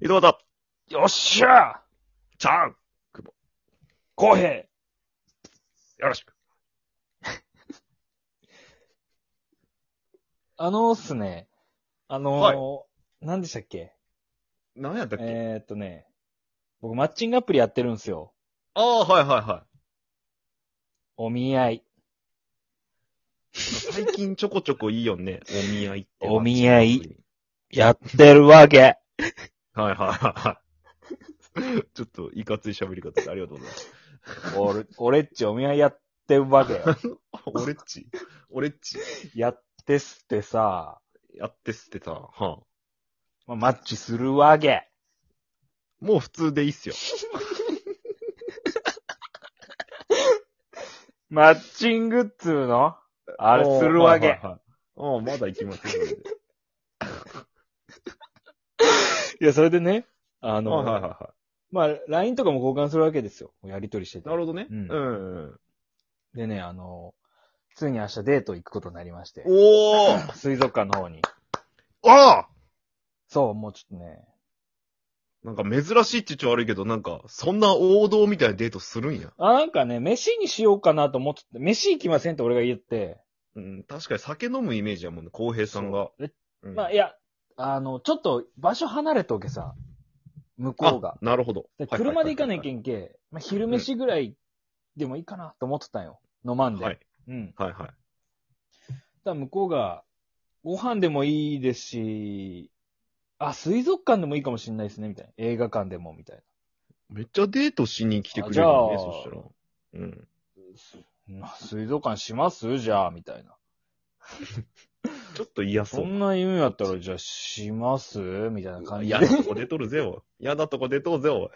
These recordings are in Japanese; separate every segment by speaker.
Speaker 1: 井戸端、
Speaker 2: よっしゃ
Speaker 1: ちゃん、
Speaker 2: 公平
Speaker 1: よろしく。
Speaker 2: あのーっすね。あのー、
Speaker 1: はい
Speaker 2: 何でしたっけ
Speaker 1: 何やったっけ、
Speaker 2: えー、っとね、僕マッチングアプリやってるんすよ。
Speaker 1: ああ、はいはいは
Speaker 2: お見合い。
Speaker 1: い。最近ちょこちょこいいよね。お見合いって。
Speaker 2: お見合い。やってるわけ。
Speaker 1: はいはいはいはい。ちょっといかつい喋り方でありがとうございます。
Speaker 2: 俺、俺っちお見合いやってる わけよ。
Speaker 1: 俺っち、俺っち、
Speaker 2: やってすってさ、
Speaker 1: やって捨てた。はあ、
Speaker 2: まあマッチするわけ。
Speaker 1: もう普通でいいっすよ。
Speaker 2: マッチングっつうのあれするわ
Speaker 1: はい
Speaker 2: け
Speaker 1: はい。はいああ、まだ行きます よ。
Speaker 2: いや、それでね、あ
Speaker 1: ああ、
Speaker 2: の、
Speaker 1: はいはいは
Speaker 2: まあ、LINE とかも交換するわけですよ。やりとりして
Speaker 1: い。
Speaker 2: て
Speaker 1: な。るほどね。
Speaker 2: う
Speaker 1: うんん。うん、
Speaker 2: でね、あの、ついに明日デート行くことになりまして。
Speaker 1: おお
Speaker 2: 水族館の方に。
Speaker 1: ああ
Speaker 2: そう、もうちょっとね。
Speaker 1: なんか珍しいって言っちゃ悪いけど、なんか、そんな王道みたいなデートするんや。
Speaker 2: あ、なんかね、飯にしようかなと思ってて、飯行きませんって俺が言って。
Speaker 1: うん、確かに酒飲むイメージやもんね、浩平さんが。
Speaker 2: そう。
Speaker 1: うん
Speaker 2: まあ、いや、あの、ちょっと場所離れとけさ。向こうが
Speaker 1: あ。なるほど。
Speaker 2: で車で行かない
Speaker 1: い
Speaker 2: けんけ、まあ、昼飯ぐらいでもいいかなと思ってたんよ。飲まんで。
Speaker 1: はい
Speaker 2: うん。
Speaker 1: はいはい。
Speaker 2: ただ向こうが、ご飯でもいいですし、あ、水族館でもいいかもしれないですね、みたいな。映画館でも、みたいな。
Speaker 1: めっちゃデートしに来てくれるよね、
Speaker 2: あじゃあ
Speaker 1: そしたら。うん。
Speaker 2: まあ水族館しますじゃあ、みたいな。
Speaker 1: ちょっと嫌そ
Speaker 2: そ。
Speaker 1: うん
Speaker 2: な夢やったら、じゃあ、しますみたいな感じで
Speaker 1: 嫌。なとこ出とるぜ、 おい。嫌なとこ出とうぜ、おい。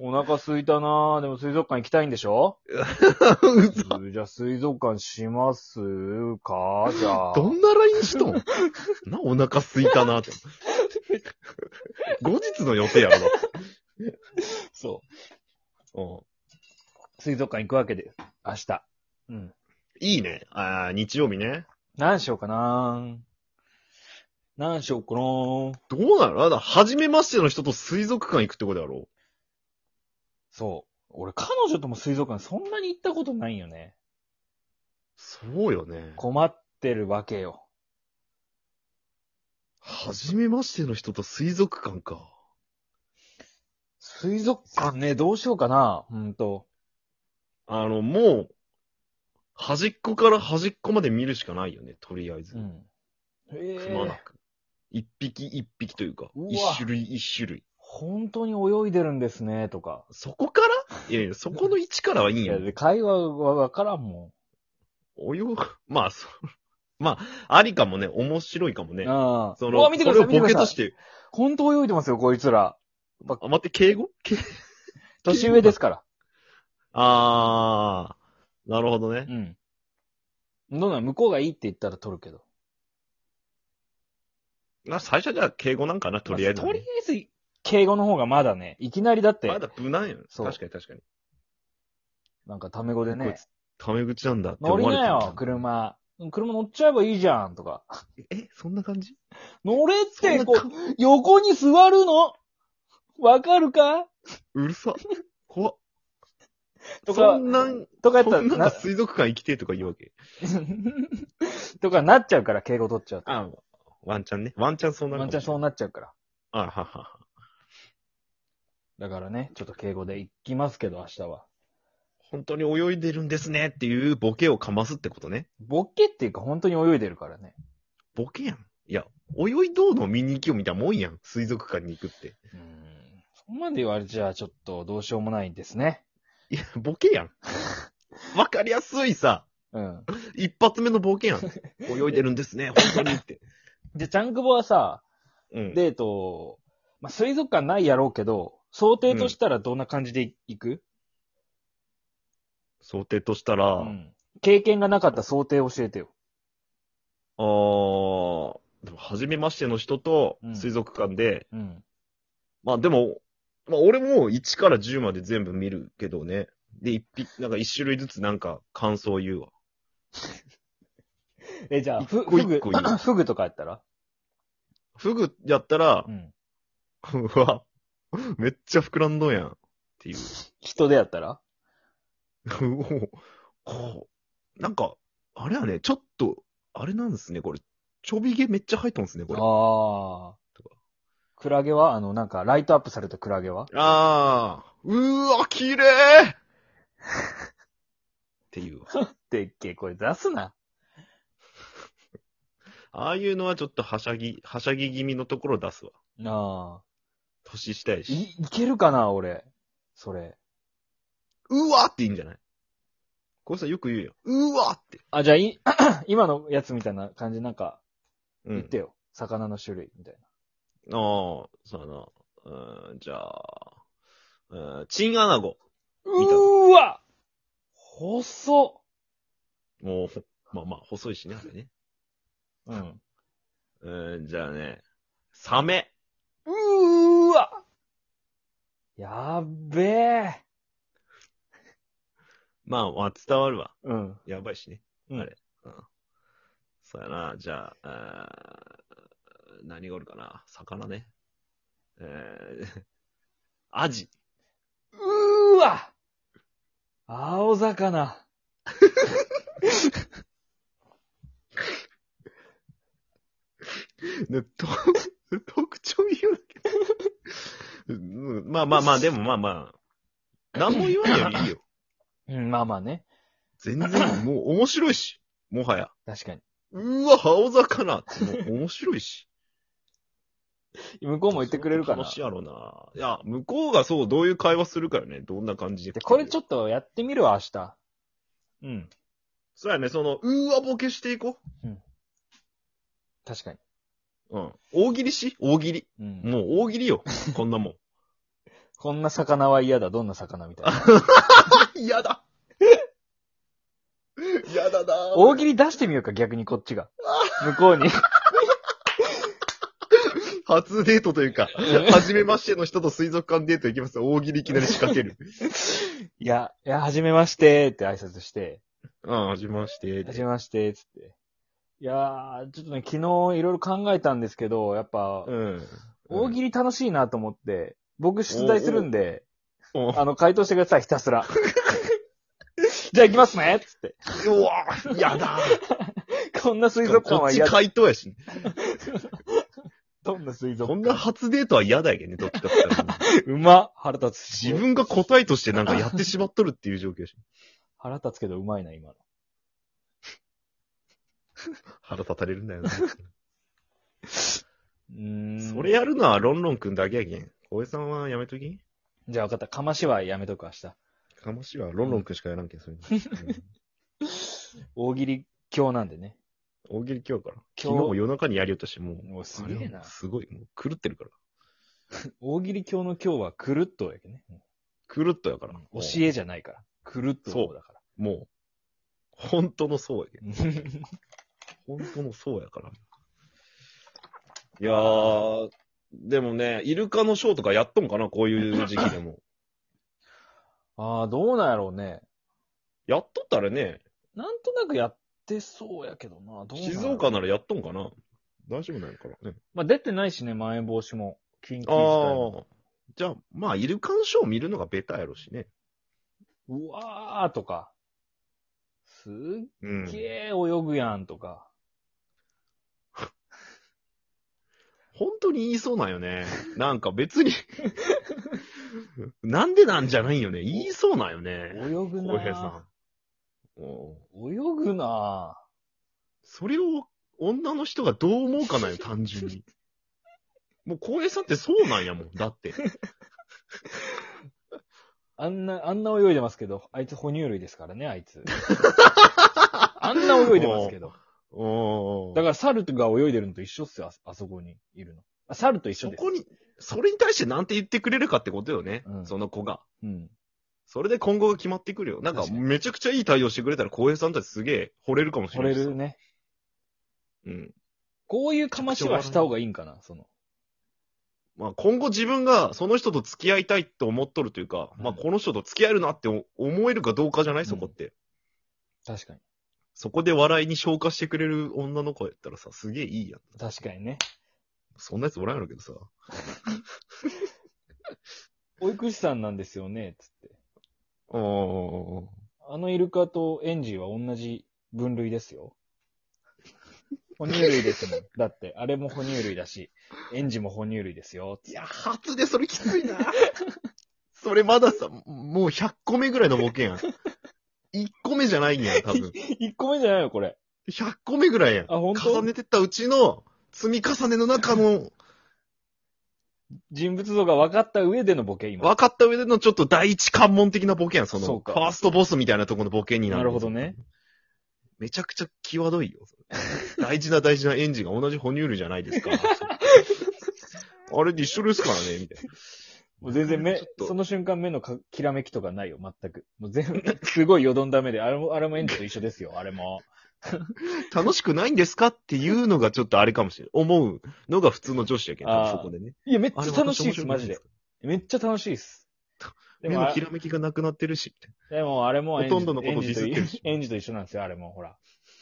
Speaker 2: お腹空いたなぁ。でも水族館行きたいんでしょ
Speaker 1: 嘘
Speaker 2: じゃあ水族館しますかじゃあ。
Speaker 1: どんなラインしとんな、お腹すいたな って。後日の予定やろ、だって
Speaker 2: そう。
Speaker 1: うん
Speaker 2: 水族館行くわけで、明日。うん。
Speaker 1: いいね。ああ、日曜日ね。
Speaker 2: 何しようかなぁ。何しようかなぁ。
Speaker 1: どうなのあなた、初めましての人と水族館行くってことやろ
Speaker 2: そう。俺、彼女とも水族館そんなに行ったことないよね。
Speaker 1: そうよね。
Speaker 2: 困ってるわけよ。
Speaker 1: 初めましての人と水族館か。
Speaker 2: 水族館ね、どうしようかなほんと。
Speaker 1: あの、もう、端っこから端っこまで見るしかないよね、とりあえず。
Speaker 2: うん。え
Speaker 1: くまな
Speaker 2: え。
Speaker 1: く。一匹一匹というか、
Speaker 2: うわ
Speaker 1: 一種類一種類。
Speaker 2: 本当に泳いでるんですね、とか。
Speaker 1: そこからいやいや、そこの位置からはいいん
Speaker 2: い
Speaker 1: や
Speaker 2: や、。で会話はわからんも
Speaker 1: 泳ぐ、まあ、そう。 まあ、ありかもね、面白いかも
Speaker 2: ん。
Speaker 1: ね。
Speaker 2: ああ。
Speaker 1: そうの、
Speaker 2: わ見てください、
Speaker 1: こ
Speaker 2: 見
Speaker 1: れをボ
Speaker 2: てく
Speaker 1: ケ
Speaker 2: だ
Speaker 1: と
Speaker 2: さ
Speaker 1: し
Speaker 2: い。
Speaker 1: て、
Speaker 2: 本当泳いでますよ、こいつら。ば
Speaker 1: あ、待って、敬語敬
Speaker 2: 年上ですから。
Speaker 1: あー、なるほどね
Speaker 2: う。ん。どうなん向こうがいいって言ったら取るけど。
Speaker 1: まあ、最初はじゃあ敬語なんかな、とりあえずね、
Speaker 2: まとりあえず、敬語の方がまだね、いきなりだって、
Speaker 1: まだ無難よね。
Speaker 2: そう
Speaker 1: 確かに確かに。
Speaker 2: なんかタメ語で
Speaker 1: こい
Speaker 2: ね
Speaker 1: つ、タメ口なんだって
Speaker 2: 乗
Speaker 1: 思
Speaker 2: り
Speaker 1: われて
Speaker 2: な
Speaker 1: る
Speaker 2: よ、車。車乗っちゃえばいいじゃん、とか。
Speaker 1: え、そんな感じ
Speaker 2: 乗れっ
Speaker 1: そん
Speaker 2: て、
Speaker 1: な
Speaker 2: こう、横に座るのわかるか
Speaker 1: うるさ。怖っ。
Speaker 2: と
Speaker 1: そ
Speaker 2: か、
Speaker 1: んなん、
Speaker 2: とかやっ
Speaker 1: そ
Speaker 2: た
Speaker 1: んなんが
Speaker 2: ら、
Speaker 1: 水族館行きてえとか言うわけ。
Speaker 2: とかなっちゃうから、敬語取っちゃうと。
Speaker 1: あワンチャンね。ワンチャンそうなる
Speaker 2: ワンチャンそう
Speaker 1: う。
Speaker 2: なっちゃうから。
Speaker 1: あははは。
Speaker 2: だからね、ちょっと敬語で行きますけど、明日は。
Speaker 1: 本当に泳いでるんですねっていうボケをかますってことね。
Speaker 2: ボケっていうか、本当に泳いでるからね。
Speaker 1: ボケやん。いや、泳いどうのを見に行きよみたいなもんやん。水族館に行くって。
Speaker 2: うん。そこまで言われちゃ、ちょっとどうしようもないですね。
Speaker 1: いや、ボケやん。わかりやすいさ。
Speaker 2: うん。
Speaker 1: 一発目のボケやん。泳いでるんですね、本当にって。
Speaker 2: で、ちゃんくぼはさ、
Speaker 1: うん。
Speaker 2: デート、まあ、水族館ないやろうけど、想定としたらどんな感じで行く、
Speaker 1: 想定とした
Speaker 2: う
Speaker 1: ら、
Speaker 2: ん、経験がなかった想定教えてよ。
Speaker 1: あー、でも初めましての人と
Speaker 2: うん
Speaker 1: 水族館で、
Speaker 2: うん。
Speaker 1: まあでも、まあ俺も1から10まで全部見るけどね。で、一匹、なんか一種類ずつなんか感想言うわ。
Speaker 2: え、じゃあ、ふ
Speaker 1: 一個
Speaker 2: ふ
Speaker 1: 一
Speaker 2: ぐ
Speaker 1: 個いい、
Speaker 2: ふぐとかやったら
Speaker 1: フグやったら
Speaker 2: う、ん。
Speaker 1: うわ、めっちゃ膨らんどんやん。っていう。
Speaker 2: 人でやったら
Speaker 1: うおこう。なんか、あれやね、ちょっと、あれなんですね、これ。ちょび毛めっちゃ入ったんですね、これ。
Speaker 2: ああ。クラゲはあの、なんか、ライトアップされたクラゲは
Speaker 1: ああー。うーわ、綺 麗っていうわ。
Speaker 2: でっけえ声出すな。
Speaker 1: ああいうのはちょっとはしゃぎ、はしゃぎ気味のところ出すわ。
Speaker 2: ああ。
Speaker 1: 年下いし。
Speaker 2: い、いけるかな、俺。それ。
Speaker 1: うわっていいんじゃないこうさ、よく言うよ。うわって。
Speaker 2: あ、じゃあ、い、 今のやつみたいな感じ、なんか、
Speaker 1: う
Speaker 2: 言
Speaker 1: ん
Speaker 2: って。よ。魚の種類、みた
Speaker 1: あ
Speaker 2: い
Speaker 1: あ、そうやな。うん、じゃあ、うん、チンアナゴ。
Speaker 2: な。
Speaker 1: 見た
Speaker 2: うーわ細っ
Speaker 1: もう、まあまあ、細いしね、あれね。
Speaker 2: うん。
Speaker 1: うん、じゃあね、サメ。
Speaker 2: うーわやっべえ
Speaker 1: まあ、まあ、伝わるわ。
Speaker 2: うん。
Speaker 1: やばいしね。
Speaker 2: うん
Speaker 1: あれ。うん。そうやな。じゃあ、あー何がおるかな。魚ね。えー、アジ。
Speaker 2: うーわ青魚。
Speaker 1: ね、と、 特徴言うだけ。うんまあまあまあ、でもまあまあ、何も言わないよりいいよ。
Speaker 2: うん、まあまあね。
Speaker 1: 全然、もう面白いし。もはや。
Speaker 2: 確かに。
Speaker 1: うわ、青魚ってもう面白いし。
Speaker 2: 向こうも言ってくれるかな
Speaker 1: 楽しいやろな。いや、向こうがそう、どういう会話するかよね。どんな感じで。
Speaker 2: でこれちょ
Speaker 1: っと。
Speaker 2: っとやってみるわ、明日。うん。
Speaker 1: そうやね、その、うーわ、ボケしていこ
Speaker 2: 確かに。
Speaker 1: う。うん。大喜利し大喜利。
Speaker 2: うん。
Speaker 1: もう大喜利よ。こんなも ん。
Speaker 2: こんな魚は嫌だ、どんな魚みたいな。
Speaker 1: あ、嫌だ。嫌だな
Speaker 2: 大喜利出してみようか、逆にこっち が。向こうに。
Speaker 1: 初デートというか、初めましての人と水族館デート行きます。大喜利いきなり仕掛ける。
Speaker 2: いや、いや、はじめましてって挨拶して、
Speaker 1: うん、はじめまして
Speaker 2: は。じめましてっつって。いやー、ちょっとね、昨日いろいろ考えたんですけど、やっぱ、
Speaker 1: うん。
Speaker 2: 大喜利楽しいなと思って、僕出題するんで、
Speaker 1: 利。う
Speaker 2: あの、回答してください、ひたすら。 じゃあ行きますねっつって。
Speaker 1: わ嫌だ。
Speaker 2: こんな水
Speaker 1: こ
Speaker 2: 族館
Speaker 1: っ
Speaker 2: は
Speaker 1: ち
Speaker 2: 嫌だ。
Speaker 1: 回答やしね。
Speaker 2: どんな水族
Speaker 1: こん
Speaker 2: 館
Speaker 1: な初デートは嫌だよね、どっちかって言ったら。
Speaker 2: うま腹立つ。
Speaker 1: 自分が答えとしてなんかやってしまっとるっていう状況やし。
Speaker 2: 腹立つけどうまいな、今の。
Speaker 1: 腹立たれるんだよな。
Speaker 2: うーん。
Speaker 1: それやるのはロンロンくんだけやけん。小江さんはやめときん
Speaker 2: じゃあ分かった。かましはやめとく、明日。
Speaker 1: かもしはロンロンくんしかやらんけん、そういうの。 うん
Speaker 2: 大喜利強なんでね。
Speaker 1: 大喜利今日から。
Speaker 2: 今日
Speaker 1: 昨日も夜中にやりよったし、もう。
Speaker 2: もうすげえ
Speaker 1: あれは
Speaker 2: な。
Speaker 1: すごい。もう狂ってるから。
Speaker 2: 大喜利強の強はくるっとやけどね。
Speaker 1: 狂ったやから。
Speaker 2: 教えじゃないから。くるっとの方だから。
Speaker 1: もう。もう本当のそうやけん。
Speaker 2: うん
Speaker 1: 本当のそうやから。いやー、でもね、イルカのショーとかやっとんかな、こういう時期で も。
Speaker 2: ああ、どうなんやろうね。
Speaker 1: やっとったらね、
Speaker 2: なんとなくやってそうやけどな。どうなんやろ
Speaker 1: 静岡ならやっとんかな。大丈夫なのかなね。
Speaker 2: まあ、出てないしね、まん延防止も。緊急事態も。
Speaker 1: ああ。じゃあ、まあ、イルカのショー見るのがベタやろしね。
Speaker 2: うわーとか。すっ
Speaker 1: うん。
Speaker 2: げー泳ぐやんとか。
Speaker 1: 本当に言いそうなんよね。なんか別に。 なんでなんじゃないよね。言いそうなんよね。
Speaker 2: 泳ぐ
Speaker 1: 小
Speaker 2: な
Speaker 1: 平
Speaker 2: ー
Speaker 1: さん。おう
Speaker 2: 泳ぐな
Speaker 1: それを女の人がどう思うかなんよ、単純 に。もう小平さんってそうなんやもん。だ って。
Speaker 2: ーあんな、あんな泳いでますけど、あいつ哺乳類ですからね、あい つ。あんな泳いでますけど。
Speaker 1: おう
Speaker 2: だから猿が泳いでるのと一緒っすよ、ああそこにいるの。あ猿と一緒
Speaker 1: そ
Speaker 2: です。
Speaker 1: こに、それに対してなんて言ってくれるかってことよね。
Speaker 2: うん
Speaker 1: その子が。
Speaker 2: うん。
Speaker 1: それで今後が決まってくるよ。なんか、
Speaker 2: 確かに
Speaker 1: めちゃくちゃいい対応してくれたら、浩平さんたちすげえ、惚れるかもし
Speaker 2: 惚
Speaker 1: れな
Speaker 2: れ
Speaker 1: い。
Speaker 2: る。ね。
Speaker 1: うん。
Speaker 2: こういうかましはした方がいいんかな、その。
Speaker 1: まあ、今後自分が、その人と付き合いたいと思っとるというか、
Speaker 2: うん
Speaker 1: まあ、この人と付き合えるなって思思えるかどうかじゃないそこって。
Speaker 2: 確かに。
Speaker 1: そこで笑いに消化してくれる女の子やったらさ、すげえいいやん。
Speaker 2: 確かにね。
Speaker 1: そんなやつおらんやろうけどさ。
Speaker 2: 保育士さんなんですよね、つって。
Speaker 1: おーお
Speaker 2: あのイルカとエンジーは同じ分類で すよ。哺乳類ですもん。だって、あれも哺乳類だし、エンジも哺乳類ですよ。
Speaker 1: ー。いや、初でそれきついな。 それまださ、もう100個目ぐらいのボケやん。1個目じゃないんやん、多 分。
Speaker 2: 1個目じゃないよ、これ。
Speaker 1: 100個目ぐらいやん。
Speaker 2: あ本当
Speaker 1: 重ねてったうちの、積み重ねの中の、
Speaker 2: 人物像が分かった上でのボケ、今。
Speaker 1: 分かった上でのちょっと第一関門的なボケやん、その、
Speaker 2: そう
Speaker 1: フ
Speaker 2: か
Speaker 1: ァーストボスみたいなところのボケになる。
Speaker 2: なるほどね。
Speaker 1: めちゃくちゃ際どいよ。それ大事な大事なエンジンが同じ哺乳類じゃないです か。あれで一緒ですからね、みたいな。
Speaker 2: もう全然目
Speaker 1: ちょっ、と
Speaker 2: その瞬間目のか きらめきとかないよ、全く。もう全部、 すごいよどんだ目で、あれも、あれもエンジと一緒ですよ、あれも。
Speaker 1: 楽しくないんですかっていうのがちょっとあれかもしれない。思うのが普通の女子やけん、多分
Speaker 2: あー
Speaker 1: そこでね。
Speaker 2: いや、めっち
Speaker 1: あれ
Speaker 2: ゃ楽しいで
Speaker 1: 面
Speaker 2: す、
Speaker 1: 白
Speaker 2: マ
Speaker 1: くな
Speaker 2: ジ
Speaker 1: い
Speaker 2: で
Speaker 1: か。。
Speaker 2: めっちゃ楽しいです。で
Speaker 1: 目
Speaker 2: も、
Speaker 1: の
Speaker 2: あ
Speaker 1: ひらめきがなくなってるし、みたいな
Speaker 2: でもあれもエンジ
Speaker 1: ほとんどのこと
Speaker 2: エンジと
Speaker 1: ディスってるし
Speaker 2: エンジと一緒なんですよ、あれも、ほら。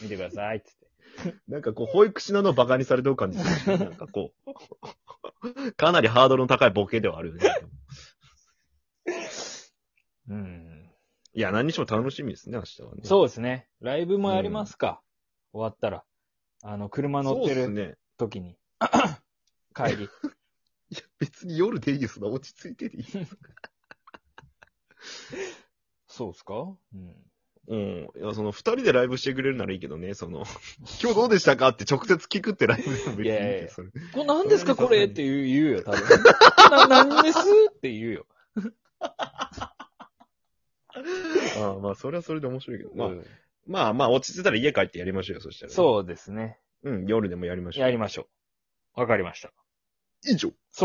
Speaker 2: 見てください、つって。
Speaker 1: なんかこう、保育士なのをバカにされてる感じす るし。なんかこう、 かなりハードルの高いボケではあるよね。
Speaker 2: うん。
Speaker 1: いや、何にしても楽しみですね、明日はね。う、
Speaker 2: そうですね。ライブもやりますか。終わったら。あの、車乗っ
Speaker 1: で
Speaker 2: て
Speaker 1: す
Speaker 2: る
Speaker 1: ね。
Speaker 2: 時に。帰り。
Speaker 1: いや、別に夜でいいよ、そんな落ち着いてでいい。
Speaker 2: そうですかうん。
Speaker 1: うん。いや、その、二人でライブしてくれるならいいけどね、その、 今日どうでしたかって直接聞くってライブでも別にいい
Speaker 2: いやいやい
Speaker 1: け
Speaker 2: や
Speaker 1: ど、それ。
Speaker 2: これ何ですかこれって言う言うよ、多 分。な何ですって言うよ。
Speaker 1: ああまあ、それはそれで面白いけど。まあ、
Speaker 2: うん
Speaker 1: まあ、まあ、落ち着いたら家帰ってやりましょうよ、そしたら、
Speaker 2: そうですね。
Speaker 1: う。うん、夜でもやりましょう。
Speaker 2: やりましょう。わかりました。
Speaker 1: 以上。
Speaker 2: それ